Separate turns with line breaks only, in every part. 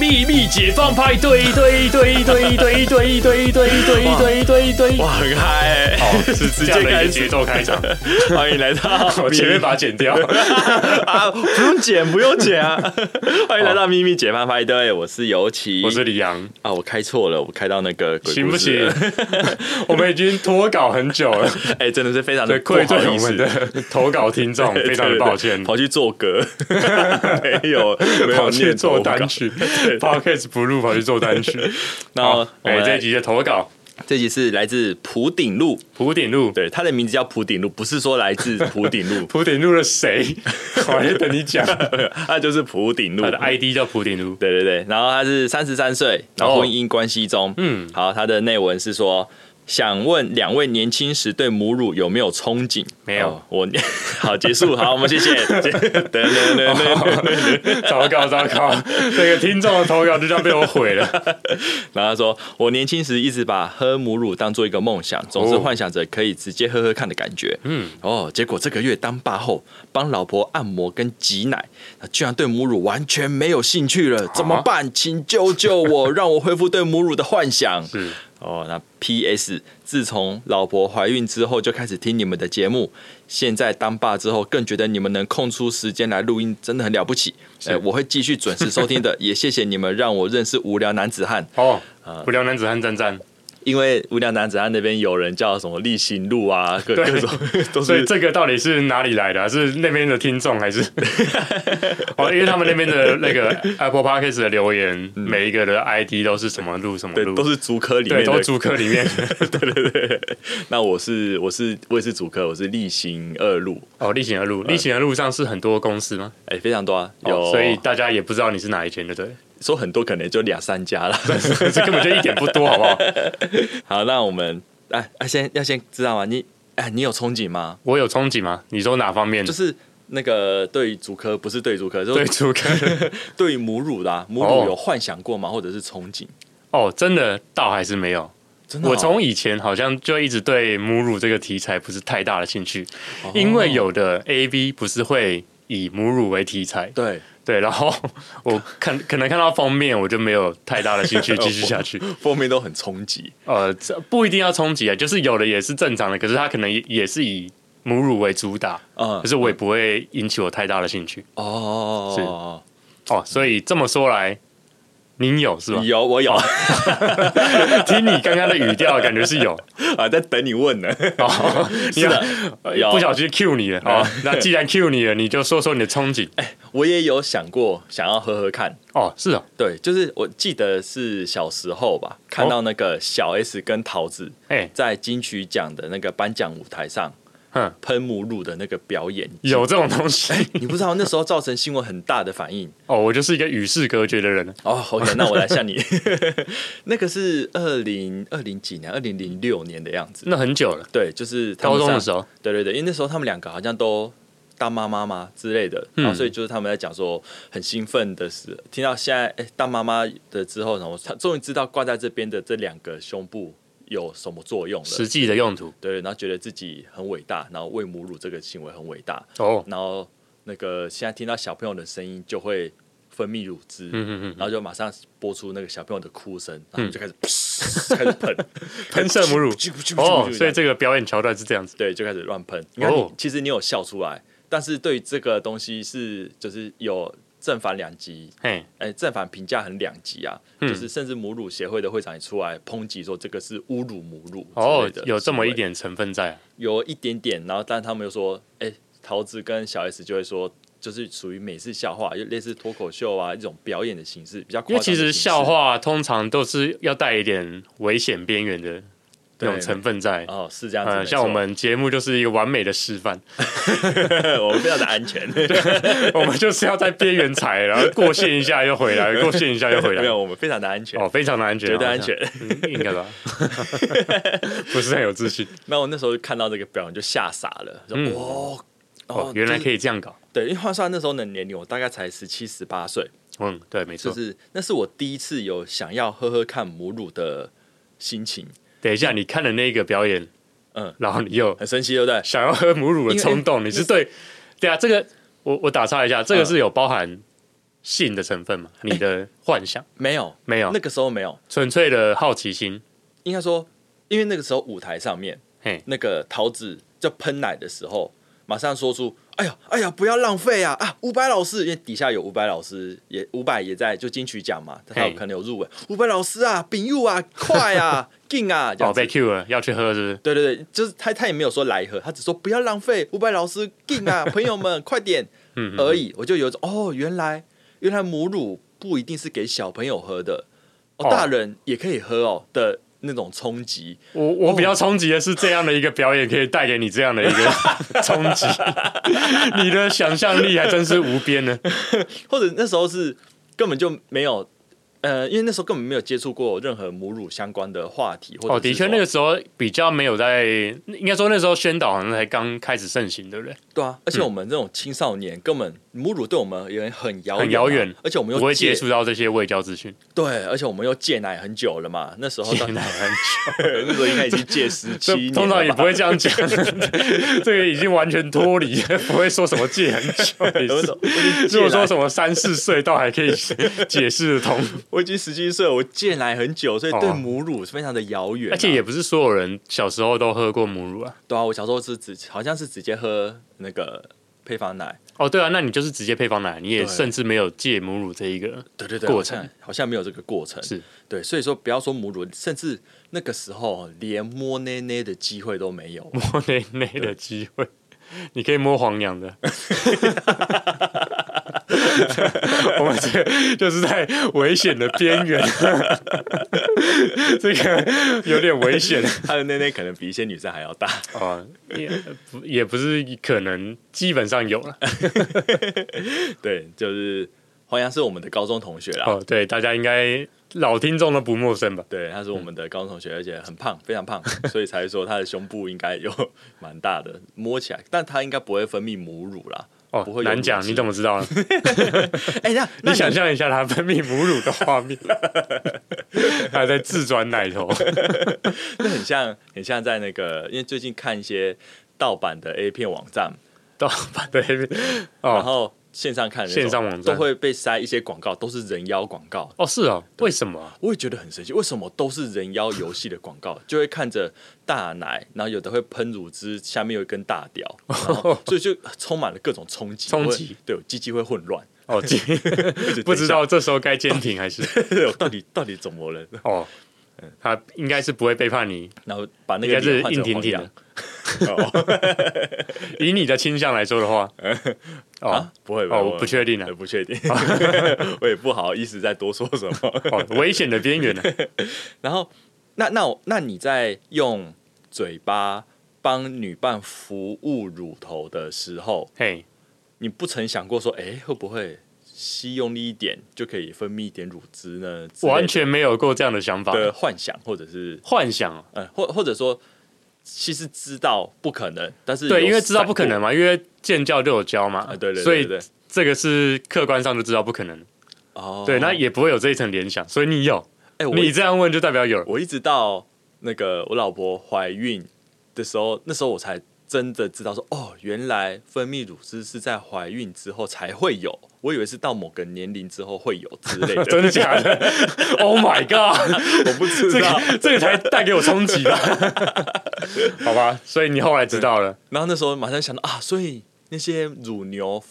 秘密解放派，对对对对对对对对对对对对，
哇，很嗨、欸！
好，是
直
哦这样
接
的
开
一
始
个节奏开场，
欢迎来到
我 前面把它剪掉。
啊，不用剪，不用剪 啊！欢迎来到秘密解放派对，我是尤其，
我是李阳，
啊，我开错了，我开到那个鬼
行
故
不
事
行
了？？
我们已经脱稿很久了，
哎、真的是非常的
对，
不
愧对
好
我
意思
们。 的投稿听众，
对
非常
对对
的抱歉。
跑去做 歌，没有没有
跑去
念
做
投稿
单 曲，Podcast 不录，跑去做单曲。
然后
好，
我们
哎，
来
这一集的投稿，
这集是来自普顶路，
普顶路，，
对，它的名字叫普顶路，不是说来自普顶路
普顶路的谁？我还在等你 讲。
它就是普顶路
他的 ID 叫普顶路，
对对对，然后他是三十三岁，然后
哦
婚姻关系中，嗯，好，他的内文是说。想问两位年轻时对母乳有没有憧憬？
没有
哦我 好结束，好，我们 谢谢。结等等等 等，
糟糕糟糕，这个听众的投稿就这样被我毁了。
然后他说，我年轻时一直把喝母乳当做一个梦想，总是
哦
幻想着可以直接喝喝看的感觉。嗯，哦，结果这个月当爸后，帮老婆按摩跟挤奶，居然对母乳完全没有兴趣了，怎么办？请救救我，让我恢复对母乳的幻想。
嗯，
哦，那 P.S. 自从老婆怀孕之后就开始听你们的节目，现在当爸之后更觉得你们能空出时间来录音真的很了不起。哎、我会继续准时收听的，也谢谢你们让我认识无聊男子汉，
哦，
啊
无聊男子汉赞赞，
因为无聊男子汉那边有人叫什么立行路啊，各
对
各 种都
所以
是
这个到底是哪里来的啊、是那边的听 众还是？哦，因为他们那边的那个 Apple Podcast 的留言，每一个的 ID 都是什么路什么
嗯对
路，
都是竹科里
对
面
都
的。
主科里面。
对对对，那我是我是我也是主科，我是立行二路，
哦，例行的路，例行的路上是很多公司吗？
哎、非常多啊，嗯有、
哦，所以大家也不知道你是哪一间的，对，
说很多可能就两三家了。
这根本就一点不多，好不好？
好，那我们哎哎，先要先知道吗？你哎，你有憧憬吗？
我有憧憬吗？你说哪方面？
就
就是
是那个对于足科，不是对于足科，就
对
是
主科。
对于母乳啦、母
哦
乳有幻想过吗？或者是憧憬？
哦，真的倒还是没有。
真的哦、
我从以前好像就一直对母乳这个题材不是太大的兴趣，
哦
因为有的 A V 不是会以母乳为题材，
对
对，然后我看 可能看到封面我就没有太大的兴趣继续 下去。
封面都很冲击，
呃，这不一定要冲击啊，就是有的也是正常的，可是它可能也也是以母乳为主打，
嗯
可，是我也不会引起我太大的兴趣
哦，
哦。所以这么说来，您有是吧？
有我有
听你刚刚的语调，感觉是有。
啊，在等你问 呢。
哦，你有
的
呃
有
不小心 Q 你了。好
嗯，
那既然 Q 你了，你就说说你的憧憬。
我也有想过想要喝喝看，
哦，是哦，
对，就是我记得是小时候吧，看到那个小 S 跟桃子
哎，
在金曲奖的那个颁奖舞台上
哼，
喷母乳的那个表演，
有这种东西。
你不知道那时候造成新闻很大的反应
哦，我就是一个与世隔绝的人。
哦。OK，那我来向你， 那个是二零二零几年，二零零六年的样子。
那很久了，
对，就是他
高
们
中的
上
时候。
对对对，因为那时候他们两个好像都当妈妈嘛之类的，
嗯
然后所以就是他们在讲说很兴奋的是，听到现在哎当妈妈的之后，然后他终于知道挂在这边的这两个胸部有什么作用了
实。际的用途。
对，然后觉得自己很伟大，然后喂母乳这个行为很伟大，
哦，
然后那个现在听到小朋友的声音就会分泌乳汁，
嗯嗯嗯，
然后就马上播出那个小朋友的哭声，然后就开始、 开始喷，
喷射 母乳。哦，所以这个表演桥段是这样子。
对就开始乱喷。你看你，
哦
其实你有笑出来，但是对这个东西是就是有正反两极，
嘿，
哎，正反评价很两极啊，
嗯
就是甚至母乳协会的会长也出来抨击说这个是侮辱母乳之
哦
类的，
有这么一
行为
点成分在啊。
有一点点，然后但他们又说，哎、桃子跟小 S 就会说，就是属于美式笑话，就类似脱口秀啊一种表演的形式，比较夸
因为
张的
其
形
实
式
笑话通常都是要带一点危险边缘的那
对
种成分在。
哦是这样子，
呃，
没错
像我们节目就是一个完美的示范，
我们非常的安全，
我们就是要在边缘踩，然后过线一下又回 来，过线一下又回来
没，有我们非常的安全，
啊哦，非常的安全，
绝对安全。
好像，嗯应 该吧？不是很有自信
那我那时候看到这个表演就吓傻了，说、哦
嗯哦，原来可
以
以这样搞，
对，因为换算那时候的年龄，我大概才十七十八岁，
嗯，对，没
就
错。
是那是我第一次有想要喝喝看母乳的心情，
等一下，你看了那个表演，
嗯
嗯，然后你又
很神奇，对不对？
想要喝母乳的冲动，
因为嗯
你是对，对啊，这个我我打岔一下，这个是有包含性的成分吗？你的幻想、
没有，
没有
那，个时候没有，
纯粹的好奇心。
应该说，因为那个时候舞台上面
嘿，
那个桃子就喷奶的时候，马上说出“哎呀，哎呀，不要浪费啊啊！”伍佰老师，因为底下有伍佰老师，也伍佰也在，就金曲奖嘛，他有
嘿
可能有入围。伍佰老师啊，丙佑啊，快 啊，劲啊，这
哦，
样子
被 Q 了，要去喝是不是？
对对对，就是他他也没有说来喝，他只说不要浪费，伍佰老师劲 啊，朋友们快点
嗯嗯
而已。我就有一种哦，原来原来母乳不一定是给小朋友喝的，哦，
哦
大人也可以喝哦的那种冲击。
我我比较冲击的是这样的一个表演，可以带给你这样的一个 冲击，你的想象力还真是无边呢。
或者那时候是根本就没有，呃，因为那时候根本没有接触过任何母乳相关的话题，或者
哦，
是
的确，
说
那个时候比较没有在，应该说那时候宣导好像才刚开始盛行，对不对？
对啊，
嗯
而且我们这种青少年根本母乳对我们也很遥远啊
很遥远
而且我们又
嗯不会
戒
接触到这些未教资讯，
对，而且我们又戒奶很久了嘛，哦那时候到
天哪， 很
那时候应该已经戒十七 年了
这
吧，
通常也不会这样讲， 这个已经完全脱离，不会说什么戒很久。也
我
是
说。我已经戒
如果说
奶
什么三四岁，倒还可 以解释得通，
我已经十七岁了，我戒奶很久，所以对
哦
母乳是非常的遥远啊、
而且也不是所有人小时候都喝过母乳啊。
对啊，我小时候是直好像是直接喝那个配方奶，
哦，对啊，那你就是直接配方奶，你也
对
甚至没有戒母乳这一个
对对对，
过
好像
程
好像没有这个过程，
是
对，所以说不要说母乳，甚至那个时候哦连摸奶奶的机会都没 有。
摸内内的机会。 你可以摸黄羊的， 我们这个就是在危险的边缘， 这个有点危 险
她的奶奶可能比一些女生还要大，
啊，也不也不是可能，基本上有 了。
对，就是黄洋是我们的高中同学啦，
哦，对，大家应该老听众都不陌生吧？
对，他是我们的高中同学，而且很胖，非常胖，所以才说他的胸部应该有 蛮大的，摸起来，但他应该不会分泌母乳啦。
哦
不会，有
难讲，
乳汁
你怎么知 道呢？
哎、那那
你想象一下它分泌母乳的画面， 还在自转奶 头。
那很像，很像在那个，因为最近看一些盗版的 A 片网站，
盗版的 A 片
然
哦
后线上看的那种
线上网站
都会被塞一些广告，都是人妖广告。
哦是哦，为什么啊？
我也觉得很神奇，为什么都是人妖游戏的广告？就会看着大奶，然后有的会喷乳汁，下面有一根大屌， 然后所以就充满了各种冲击，
冲
会
击，
对，我鸡鸡会混乱，
哦，今 不知道这时候该监听还是
我到底到底怎么了？
哦，他应该是不会背叛你，
然后把那
应
个
该是
脸换
硬
成
挺
黄
挺
羊
的。 哦以你的倾向来说的话， 哦
啊，不会
哦，我不确定啊
呃，不确定， 我也不好意思再多说什么。
哦，危险的边缘 呢？
然后，那那我那你在用嘴巴帮女伴服务乳头的时候，
嘿，
你不曾想过说，哎，会不会吸用力一点就可以分泌一点乳汁呢？之类
完全没有过这样的想法，
的幻想，或者是
幻想哦
呃，或或者说，其实知道不可能，但是
对，
有
因为知道
闪
不可
过
能嘛，因为建教就有教嘛，
啊，对对对
所
对
以
对
这个是客观上就知道不可能，
哦，
对，那也不会有这一层联想，所以你有，
哎，我
你这样问就代表有了，
我一直到那个我老婆怀孕的时候，那时候我才真的知道说，哦，原来分泌乳汁是在怀孕之后才会有，我以为是到某个年龄之后会有之 类的，
真的假的？Oh my god！
我不知
这
道。
个这个才带给我冲击 吧？好吧，所以你后来知道了，
然后那时候马上想到啊，所以那些乳牛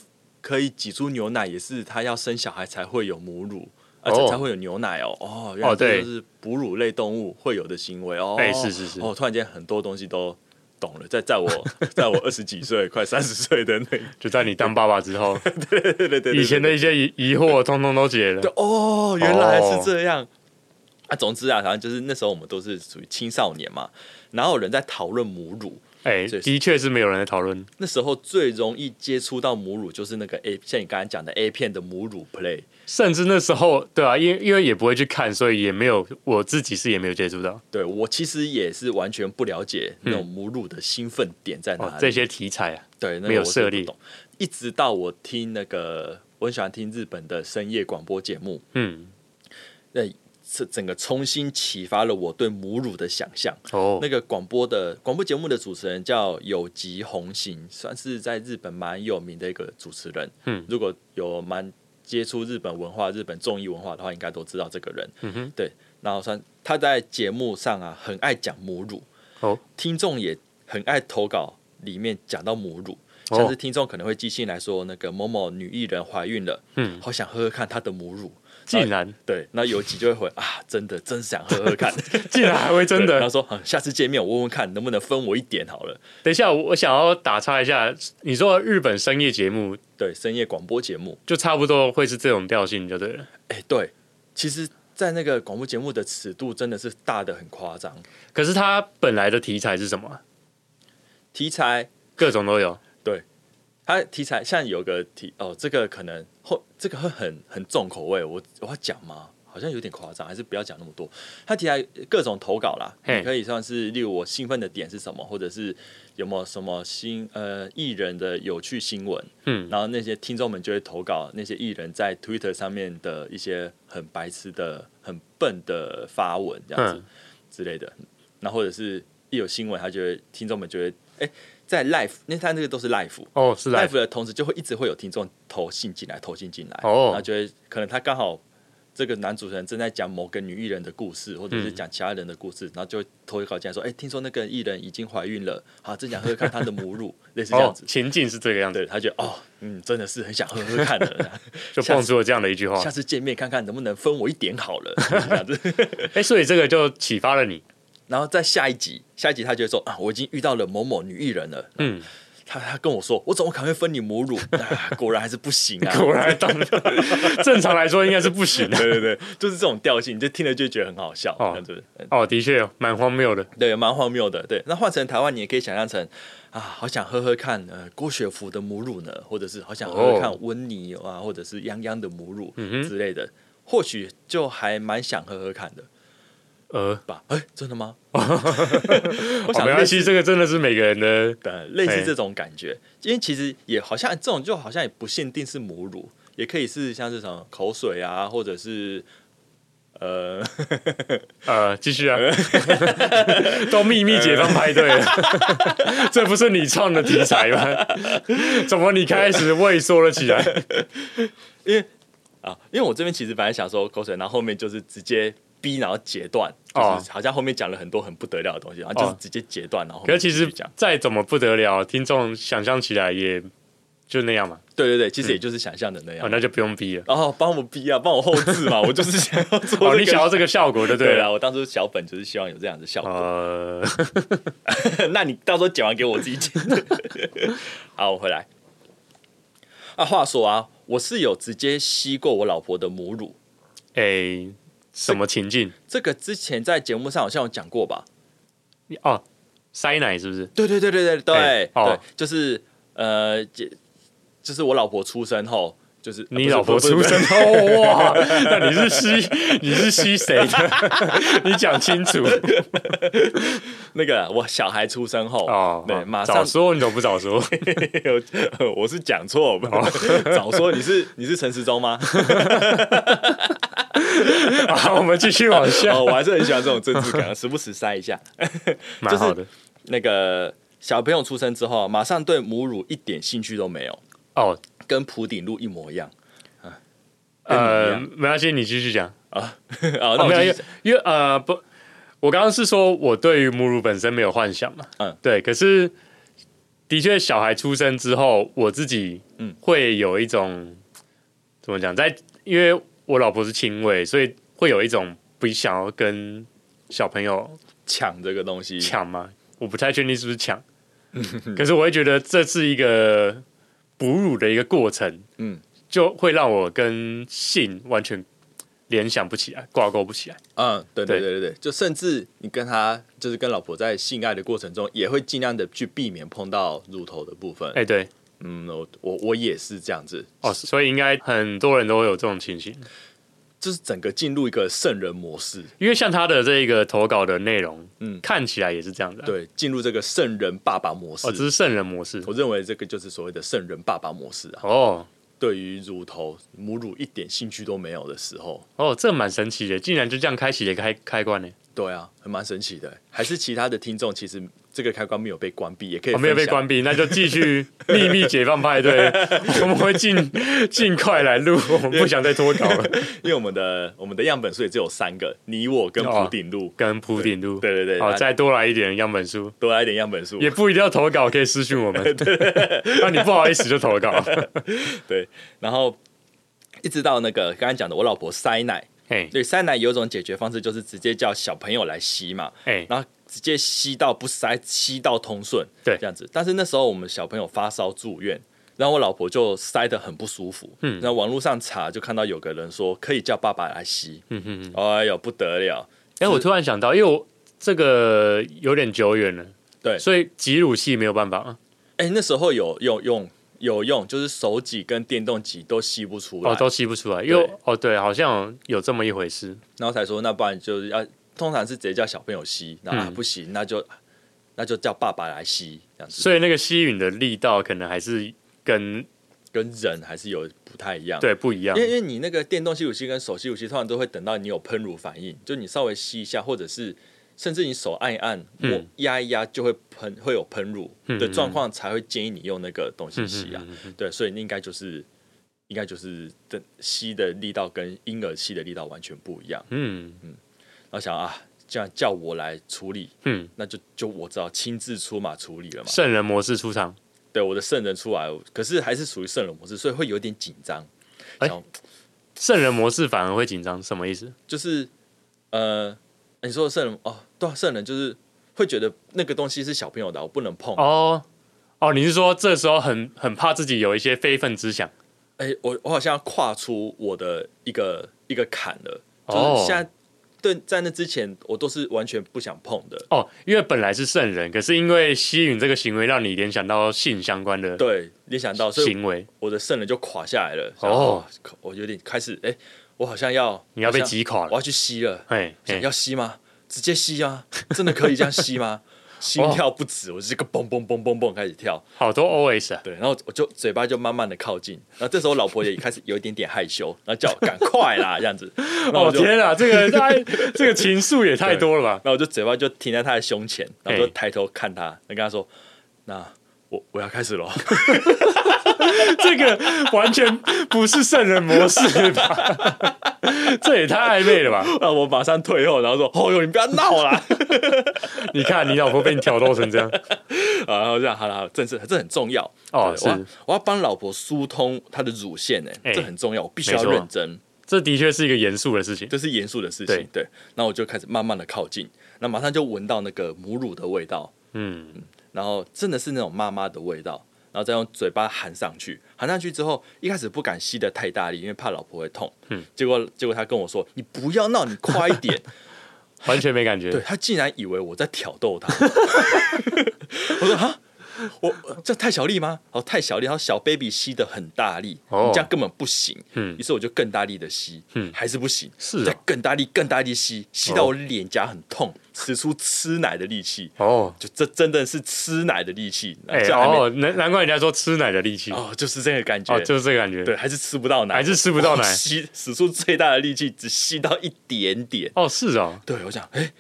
可以挤出牛奶，也是它要生小孩才会有母乳。而且
哦
才会有牛奶哦，哦，原来
哦
这
对
就是哺乳类动物会有的行为哦。
哎是是是
哦，突然间很多东西都懂了，在在我 在我二十几岁、快三十岁的那 个
就在你当爸爸之后，
对对对，
以前
的
的一些疑疑惑通通都解了。
哦，原来是这样、
哦
啊。总之啊，反正就是那时候我们都是属于青少年嘛，哪有人在讨论母乳？
哎，
所以
的确是没有人在讨论
那时候最容易接触到母乳就是那个 A，像你刚才讲的 A 片的母乳 play。
甚至那时候，对啊，因为因为也不会去看，所以也没有我自己是也没有接触到
对我其实也是完全不了解那种母乳的兴奋点在
哦
哪里，
这些题材啊，
对，那个
没有
我是
涉猎
不懂。一直到我听那个，我很喜欢听日本的深夜广播节目，
嗯，
那这整个重新启发了我对母乳的想象。
哦
那，个广播的广播节目的主持人叫有吉弘行，算是在日本蛮有名的一个主持人。
嗯
如果有蛮接触日本文化、日本综艺文化的话，应该都知道这个人。嗯哼，对。然后算他在节目上啊，很爱讲母乳，
哦，
听众也很爱投稿，里面讲到母乳。
哦
像是听众可能会寄信来说，那个某某女艺人怀孕了，
嗯
好想喝喝看她的母乳。
竟然
对，那有集就会回啊，真的真想喝喝 看，
竟然还会真
对他
的。
说、啊下次见面我问问看能不能分我一点好了。
等一下，我我想要打岔一下，你说日本深夜节目
对，深夜广播节目，
就差不多会是这种调性，就对了。
哎、对，其实，在那个广播节目的尺度真的是大的很夸张，
可是它本来的题材是什么啊？
题材
各种都有。
它题材像有个题哦，这个可能后这个会很很重口味，我我要讲吗？好像有点夸张，还是不要讲那么多。它题材各种投稿啦，
嘿
你可以算是例如我兴奋的点是什么，或者是有没有什么新呃艺人的有趣新闻，
嗯，
然后那些听众们就会投稿那些艺人在 Twitter 上面的一些很白痴的、很笨的发文这样子
嗯
之类的，那或者是一有新闻，他就会听众们就会哎、在 live，因为他那个都是 live。
哦，是来
live 的同时，就会一直会有听众投信进来，投信进来，
哦
然后就会可能他刚好这个男主持人正在讲某个女艺人的故事，或者是讲其他人的故事，
嗯
然后就会投一稿进来说，哎、听说那个艺人已经怀孕了，好，正想喝喝看她的母 乳，类似这样
哦
子，。
情境是这个样子，
对他觉得哦，嗯，真的是很想喝喝看 的，啊
就蹦出了这样的一句话
下。次见面看看能不能分我一点好 了，这样子。
哎，所以这个就启发了你。
然后在下一集，下一集他就会说啊，我已经遇到了某某女艺人了，
嗯，
他他跟我说，我怎么可能会分你母乳？ 啊、果然还是不行啊，
果然当正常来说应该是不行的。
对对对，就是这种调性，你就听了就觉得很好笑，
哦
这样子，嗯
哦，的确蛮荒谬的。
对，蛮荒谬的。对，那换成台湾，你也可以想象成啊，好想喝喝看呃郭雪芙的母乳呢，或者是好想喝喝
哦嗯
看温妮啊，或者是泱泱的母乳之类的，或许就还蛮想喝喝看的
呃，
吧？哎、真的 吗？我
哦，
想
没
类
关
似
系，这个真的是每个人的
的，类似
哎
这种感觉，因为其实也好像这种就好像也不限定是母乳，也可以是像是什么口水啊，或者是呃。
呃，继续啊， 都秘密解放派对了， 这不是你创的题材吗？怎么你开始畏缩了起来？
啊，因为我这边其实本来想说口水，然后后面就是直接逼，然后截断，就
哦
是好像后面讲了很多很不得了的东西，然后就是
哦
直接截断，然后后
可
面
是其
继
实
续讲，
再怎么不得了，听众想象起来也就那样嘛，
对对对，其实也就是想象的那样
哦，。那就不用逼了。
然后帮我逼啊，帮我后置 嘛，我就是想要做、
哦，你想要这个效果就对
对啊啦，
了。
我当初小本就是希望有这样的效果。
呃，
那你到时候剪完给我自己 剪。好，我回来。啊，话说啊，我是有直接吸过我老婆的母乳，
哎，什么情境？
这个之前在节目上好像有讲过吧？
哦，塞奶是不是？
对对对对对对、
哎哦
对，就是呃，姐就是我老婆出生后，就是呃
你
不是
老婆
不是
出
不是
生哦，哇，那你是吸你是吸谁的？ 你讲清楚
那个我小孩出生后，
哦。
对，马
早
上
说你怎么不早说？
我 我是讲错，
哦
早说你是你是陈时中 吗？
好，我们继续往下，
哦，我还是很喜欢这种政治感，时不时塞一下。
蛮好的。
那个小朋友出生之后，啊马上对母乳一点兴趣都没有，
哦，
跟普顶路一模一样 嗯跟你啊一
呃，
样
没关系，你继续讲。
啊。啊，那
哦，
我
没有，
继
因
续
为因为呃不，我刚刚是说我对于母乳本身没有幻想嘛。
嗯
对。可是的确，小孩出生之后，我自己
嗯
会有一种怎么讲，在因为我老婆是亲喂，所以会有一种不想要跟小朋友
抢这个东西，
抢吗？我不太确定是不是抢，可是我会觉得这是一个哺乳的一个过程，
嗯
就会让我跟性完全联想不起来，挂钩不起来。
嗯，对对
对
对对对，就甚至你跟他就是跟老婆在性爱的过程中，也会尽量的去避免碰到乳头的部分。
哎、对，
嗯，我我我也是这样子，
哦，所以应该很多人都会有这种情形，
就是整个进入一个圣人模式，
因为像他的这个投稿的内容，
嗯
看起来也是这样的、，啊
对，进入这个圣人爸爸模式。
哦，这是圣人模式，
我认为这个就是所谓的圣人爸爸模式啊，
哦
对于乳头母乳一点兴趣都没有的时候，
哦，这蛮神奇的，竟然就这样开启了一个开开关呢。
对啊，还蛮神奇的。还是其他的听众其实这个开关没有被关闭，也可以、
我哦没有被关。闭，那就继续 秘密解放 派对，我们会尽尽快来录，我们不想再脱稿了。
因为我们的我们的样本数也只有三个，你我跟
哦
普顶路，
跟铺顶录，
对对对啊
好，
那
再多来一点样本书，
多来一点样本数。
也不一定要投稿，可以私讯我 们。那你不好意思就投稿，
对，然后一直到那个刚才讲的我老婆塞奶，
嘿，
对塞奶有一种解决方式就是直接叫小朋友来吸嘛，
哎，
然后直接吸到不塞，吸到通顺，
对
这样子。但是那时候我们小朋友发烧住院，然后我老婆就塞得很不舒服，嗯，那网络上查就看到有个人说可以叫爸爸来吸，
嗯哼哼。
哎呦不得了，
哎，我突然想到，因为我这个有点久远了，
对
所以挤乳器没有办法啊，
哎，那时候有有用有用，就是手挤跟电动挤都吸不出来，
哦，都吸不出来，因为
对
哦，对，好像有这么一回事，
然后才说那不然就是要通常是直接叫小朋友吸，那、啊
嗯
不行那就那就叫爸爸来吸这样子，
所以那个吸吮的力道可能还是跟
跟人还是有不太一样，
对不一样
啊因，为因为你那个电动吸乳器跟手吸乳器，通常都会等到你有喷乳反应，就你稍微吸一下，或者是甚至你手按一按，
嗯
我压一压就会喷，会有喷乳
嗯
的状况，才会建议你用那个东西
嗯
吸啊。
嗯嗯嗯
对，所以你应该就是应该就是的吸的力道跟婴儿吸的力道完全不一样。
嗯
然后想啊，这样叫我来处理，
嗯，
那就就我只好亲自出马处理了嘛。
圣人模式出场，
对，我的圣人出来，可是还是属于圣人模式，所以会有点紧张。
哎
想
圣人模式反而会紧张，什么意思？
就是呃，你说的圣人哦，对、啊，圣人就是会觉得那个东西是小朋友的，我不能碰。哎、
哦哦，你是说这时候很很怕自己有一些非分之想？
哎我我好像要跨出我的一个一个坎了，
哦
就是现在。对，在那之前，我都是完全不想碰的。
哦，因为本来是圣人，可是因为吸引这个行为，让你联想到性相关的
对，联想到，所以
行为，
我的圣人就垮下来了。
哦
想，我有点开始，哎，我好像要，
你要被
好像
击垮
我
了。
要去吸了。
哎，
想
哎
要吸吗？直接吸啊！真的可以这样吸 吗？心跳不止，我这个蹦蹦蹦蹦蹦开始跳，
好多 always 啊，
对，然后我就嘴巴就慢慢的靠近，然后这时候老婆也开始有一点点害羞，然后叫我赶快啦这样 子，然后
哦
我就，然
天啊，这个 太这个情愫也太多了吧？
后我就嘴巴就停在她的胸前，然后就
嘿
抬头看她，然后跟她说，那我我要开始喽，
这个完全不是圣人模式吧？ 这也太暧昧了吧？
然后我马上退后，然后说，哦哟，你不要闹 啦，
你看你老婆被你挑逗成 这样，
啊然后这样，好了，好了，这是这很重要
哦
对我要
是
我要帮老婆疏通她的乳腺呢、
哎
这很重要，我必须要
没错
认真。
这的确是一个严肃的事情。
这是严肃的事情
对。
对，然后我就开始慢慢的靠近，那马上就闻到那个母乳的味道，
嗯，
然后真的是那种妈妈的味道，然后再用嘴巴含上去，含上去之后，一开始不敢吸的太大力，因为怕老婆会痛。
嗯，
结果结果他跟我说：“你不要闹，你快一点。
完全没感”觉
对。他竟然以为我在挑逗 他，我说哈。我这太小力吗？哦，太小力，然后小 baby 吸的很大力，
哦
你这样根本不行。
嗯
于是我就更大力的吸，
嗯
还是不行，
是哦
再更大力、更大力吸，吸到我脸颊很痛，使出吃奶的力气，
哦，
就这真的是吃奶的力气，
哎、
这还没
哦，难难怪人家说吃奶的力气，哦，
哦，就是这个感觉，
就是这个感觉。
对，，还是吃不到奶，
还是吃不到奶
我 吸使出最大的力气，只吸到一点点，
哦，是哦，
对我想，哎。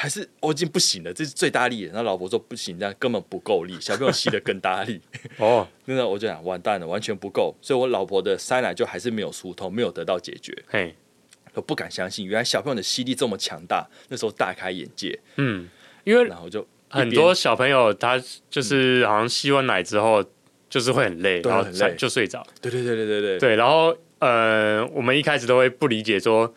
还是我已经不行了，这是最大力了。那老婆说不行，这样根本不够力，小朋友吸的更大力。
哦，
真的，我就想完蛋了，完全不够。所以我老婆的塞奶就还是没有疏通，没有得到解决。
嘿，
我不敢相信，原来小朋友的吸力这么强大。那时候大开眼界，
嗯，因为
然后就
很
一边
多小朋友他就是好像吸完奶之后就是会很累，
对
然后
很累
才就睡着。
对对对对对对
对，然后呃，我们一开始都会不理解说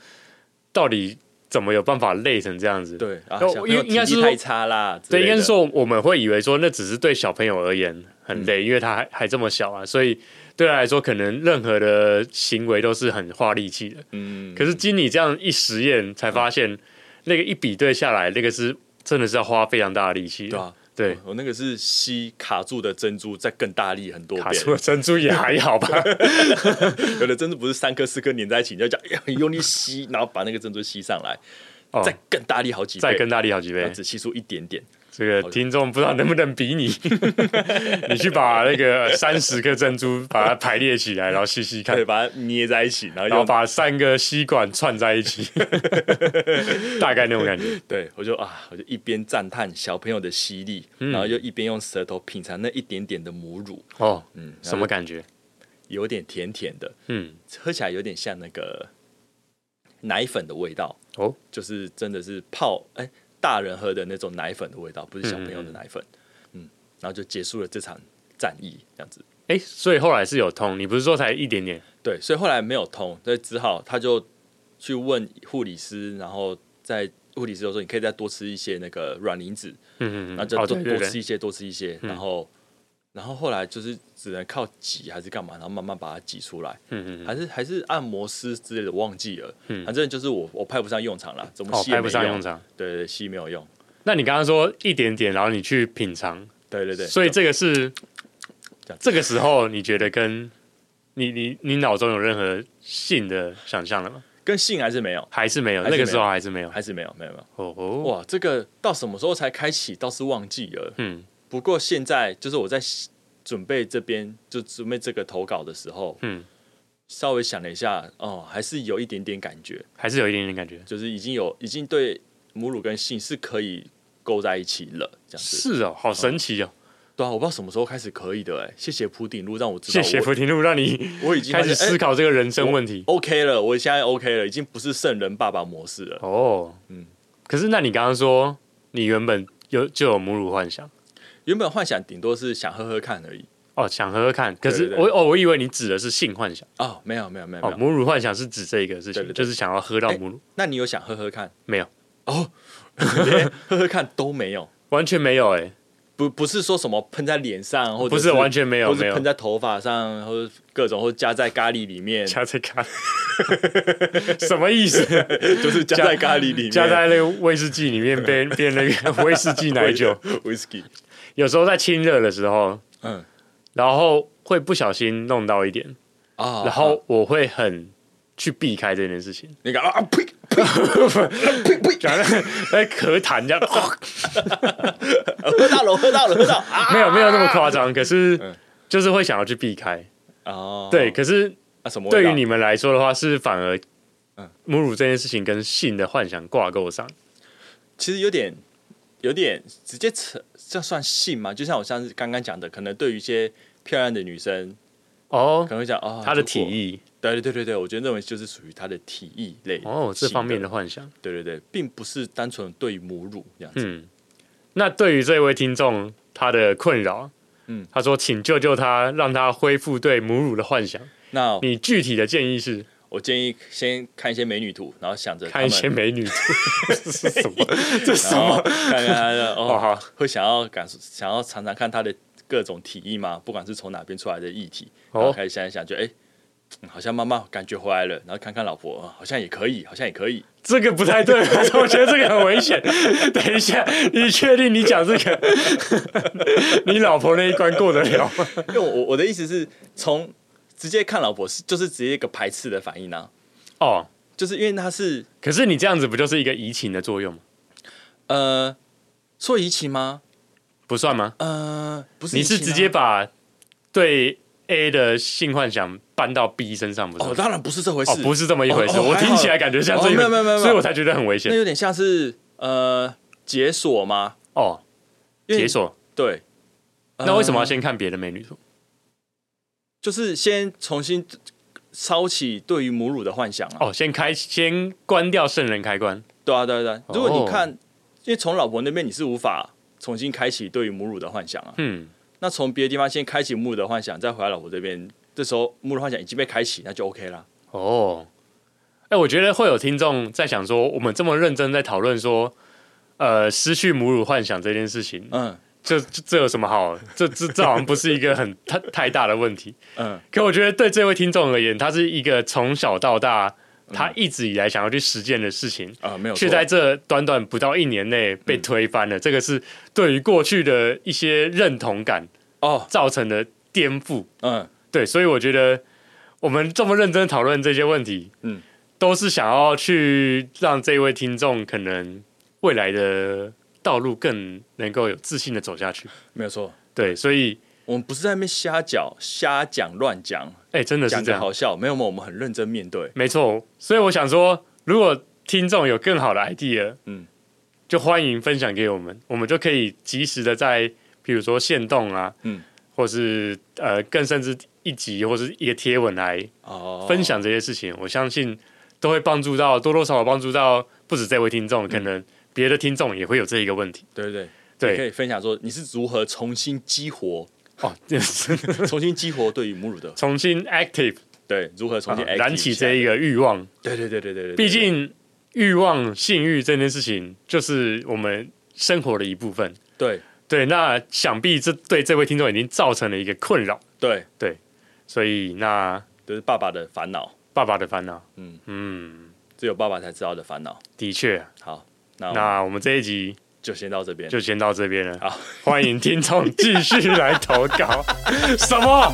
到底怎么有办法累成这样子。
对啊，
呃
小朋
因
友
为应该
体
是
力
说
太差啦，之
对，
类
应该是
的
说我们会以为说那只是对小朋友而言很
嗯
累，因为他还还这么小啊，所以对他来说可能任何的行为都是很花力气的。
嗯，
可是经你这样一实验，才发现那个一比对下来，那个是真的是要花非常大的力气的。
对啊，
嗯对，
我那个是吸卡住的珍珠，再更大力很多
卡
遍
住，了珍珠也 还好吧？
有的珍珠不是三颗四颗粘在一起，你就这样哎呀很用力吸，然后把那个珍珠吸上来，
哦
再更大力好几倍，
再更大力好几
然
倍
后，只吸出一点点，
这个听众不知道能不能 比你，你去把那个三十颗珍珠把它排列起来，然后细细看
对，，把它捏在一起，然后
然后
用
把三个吸管串在 一起，大概那种感觉。
对，我就啊，我就一边赞叹小朋友的犀利，
嗯
然后又一边用舌头品尝那一点点的母乳，
哦，
嗯，
什么感觉？
有点甜甜的，
嗯，
喝起来有点像那个奶粉的味道，
哦，
就是真的是泡哎、大人喝的那种奶粉的味道，不是小朋友的奶粉。嗯然后就结束了这场战役，这样子。
哎，所以后来是有通，你不是说才一点点？
对，所以后来没有通，所以只好他就去问护理师，然后在护理师就说你可以再多吃一些那个软磷脂，
嗯嗯嗯，
然后就
哦
多
对对
多
对嗯
吃一些，多吃一些，然后然后后来就是只能靠挤还是干嘛，然后慢慢把它挤出来，
嗯嗯嗯，
还是还是按摩师之类的忘记了，
嗯
反正就是我我派不上用场了，怎么
哦，
吸也
派
没
不上用，场。
对对对，吸没有用，
那你刚刚说一点点，然后你去品尝，
对对对，
所以这个是
这样
这个时候你觉得跟你你你脑中有任何性的想象了吗？
跟性还是没有，
还是没有？
还是
那
没有
个时候还是没有。
还是没有，没有没有，
哦哦，
哇，这个到什么时候才开启倒是忘记了。
嗯
不过现在就是我在准备这边就准备这个投稿的时候，
嗯，
稍微想了一下，哦，还是有一点点感觉，
还是有一点点感觉。
就是已经有已经对母乳跟性是可以勾在一起了，这样子。
是哦，好神奇哦！
对啊，我不知道什么时候开始可以的、哎，谢谢铺顶路让我知道
谢
我，
谢福廷路，让你
我已经
开始思
考、
考这个人生问题。
OK 了，我现在 OK 了，已经不是圣人爸爸模式了。
哦，嗯
嗯。
可是，那你刚刚说你原本有就有母乳幻想
原本幻想顶多是想喝喝看而已。
哦，想喝喝看。可是
对对
我
对
哦，我以为你指的是性幻想
哦，没有没有没有没
哦
有，，
母乳幻想是指这一个事
对对
情，
对哎
就是想要喝到母乳，
那你有想喝喝看？
没有，
哦，连喝喝看都没有。
完全没有哎、
不不是说什么喷在脸上，或者
不是完全没有
或是
没有
喷在头发上，或者各种，或者加在咖喱里 面，
加在咖喱，什么意思？
就是加在咖喱里面，
加在那个威士忌里 面变变那个威士忌奶酒，
whisky，
有时候在清热的时候，
嗯
然后会不小心弄到一点，
啊，
然后我会很去避开这件事情，
那个啊啊呸呸呸呸呸，
然后 在咳痰这样，
喝到了，喝到了，喝到啊
没有没有那么夸张，可是
嗯
就是会想要去避开。
哦，
对，可是
啊什么味道？
对于你们来说的话，是反而
嗯
母乳这件事情跟性的幻想挂钩上。
其实有点有点直接扯，这算性吗？就像我上次刚刚讲的，可能对于一些漂亮的女生，
哦
可，能会讲哦，
他的
如果
体，液
对对对对对，我觉得认为就是属于她的体液类
哦，这方面
的。
的幻想。
对对对，并不是单纯对母乳这样子。
嗯，那对于这位听众他的困扰，嗯
嗯，
他说请救救他，让他恢复对母乳的幻想。
那
你具体的建议是
我建议先看一些美女图，然后想着
看一些
美，
美女 这是什 么？这是什
然后
么？
看看她的
哦
哦，
好，
会想要感受，想要尝尝看她的各种体液吗？不管是从哪边出来的液体，然后
哦
开始想一想，就哎、嗯好像妈妈感觉回来了，然后看看老婆，啊好像也可以，好像也可以。
这个不太对吧，我觉得这个很危 险。等一下，你确定你讲这个， 你老婆那一关过得了 吗？
因为我我我的意思是从直接看老婆是就是直接一个排斥的反应啊，
哦，
就是因为她是
可是你这样子不就是一个移情的作用吗？
呃说移情吗？
不算吗？
呃，不是移
你
情啊、
是直接把对 A 的性幻想搬到 B 身上，不是吗？
哦，当然不是这回事，
哦，不是这么一回事，
哦哦
我听起来
还好
感觉像这一
哦
回
没有没有没有
所以我才觉得很危
那
险。
有点像是呃解锁吗？
哦，
因为
解锁，
对。
那为什么要
呃
先看别的美女图？
就是先重新烧起对于母乳的幻想啊？
哦，先开，先关掉圣人开关。
对啊，对啊对啊。
哦
如果你看，因为从老婆那边你是无法重新开启对于母乳的幻想啊。
嗯，
那从别的地方先开启母乳的幻想，再回来老婆这边，这时候母乳幻想已经被开启，那就 OK 啦。
哦，哎、我觉得会有听众在想说，我们这么认真在讨论说，呃，失去母乳幻想这件事情，
嗯
这这这有什么好？这这这好像不是一个很太太大的问题。
嗯，
可我觉得对这位听众而言，他是一个从小到大。
嗯
他一直以来想要去实践的事情，
啊、没有错。
却在这短短不到一年内被推翻了，这个是对于过去的一些认同感
哦，
造成的颠覆。
嗯，
对，所以我觉得我们这么认真讨论这些问题，
嗯，
都是想要去让这位听众可能未来的道路更能够有自信的走下去。
没有错，
对，所以
我们不是在那边瞎讲、瞎讲、乱讲，
哎、真的是
讲
这
的
样，
好笑，没有没有，我们很认真面对。
没错。所以我想说，如果听众有更好的 idea，
嗯，
就欢迎分享给我们，我们就可以及时的在，比如说线动啊，
嗯，
或是呃更甚至一集或是一个贴文来
哦
分享这些事情，我相信都会帮助到多多少少帮助到不止这位听众，可能别的听众也会有这一个问题。
对对对，嗯可
对，
以分享说你是如何重新激活、
哦，这是
重新激活对于母乳的，
重新 active，
对，如何重新
啊燃起这
一，
一个欲望。
对对对对对对，
毕竟欲望、性欲这件事情，就是我们生活的一部分。
对
对，那想必这对这位听众已经造成了一个困扰，
对，
所以那
这是爸爸的烦恼，
爸爸的烦恼，
嗯
嗯，
只有爸爸才知道的烦恼。
的确，啊
好，那那
那我们这一集
就先到这边，
就先到这边了。
好，
欢迎听众继续来投 稿。什么？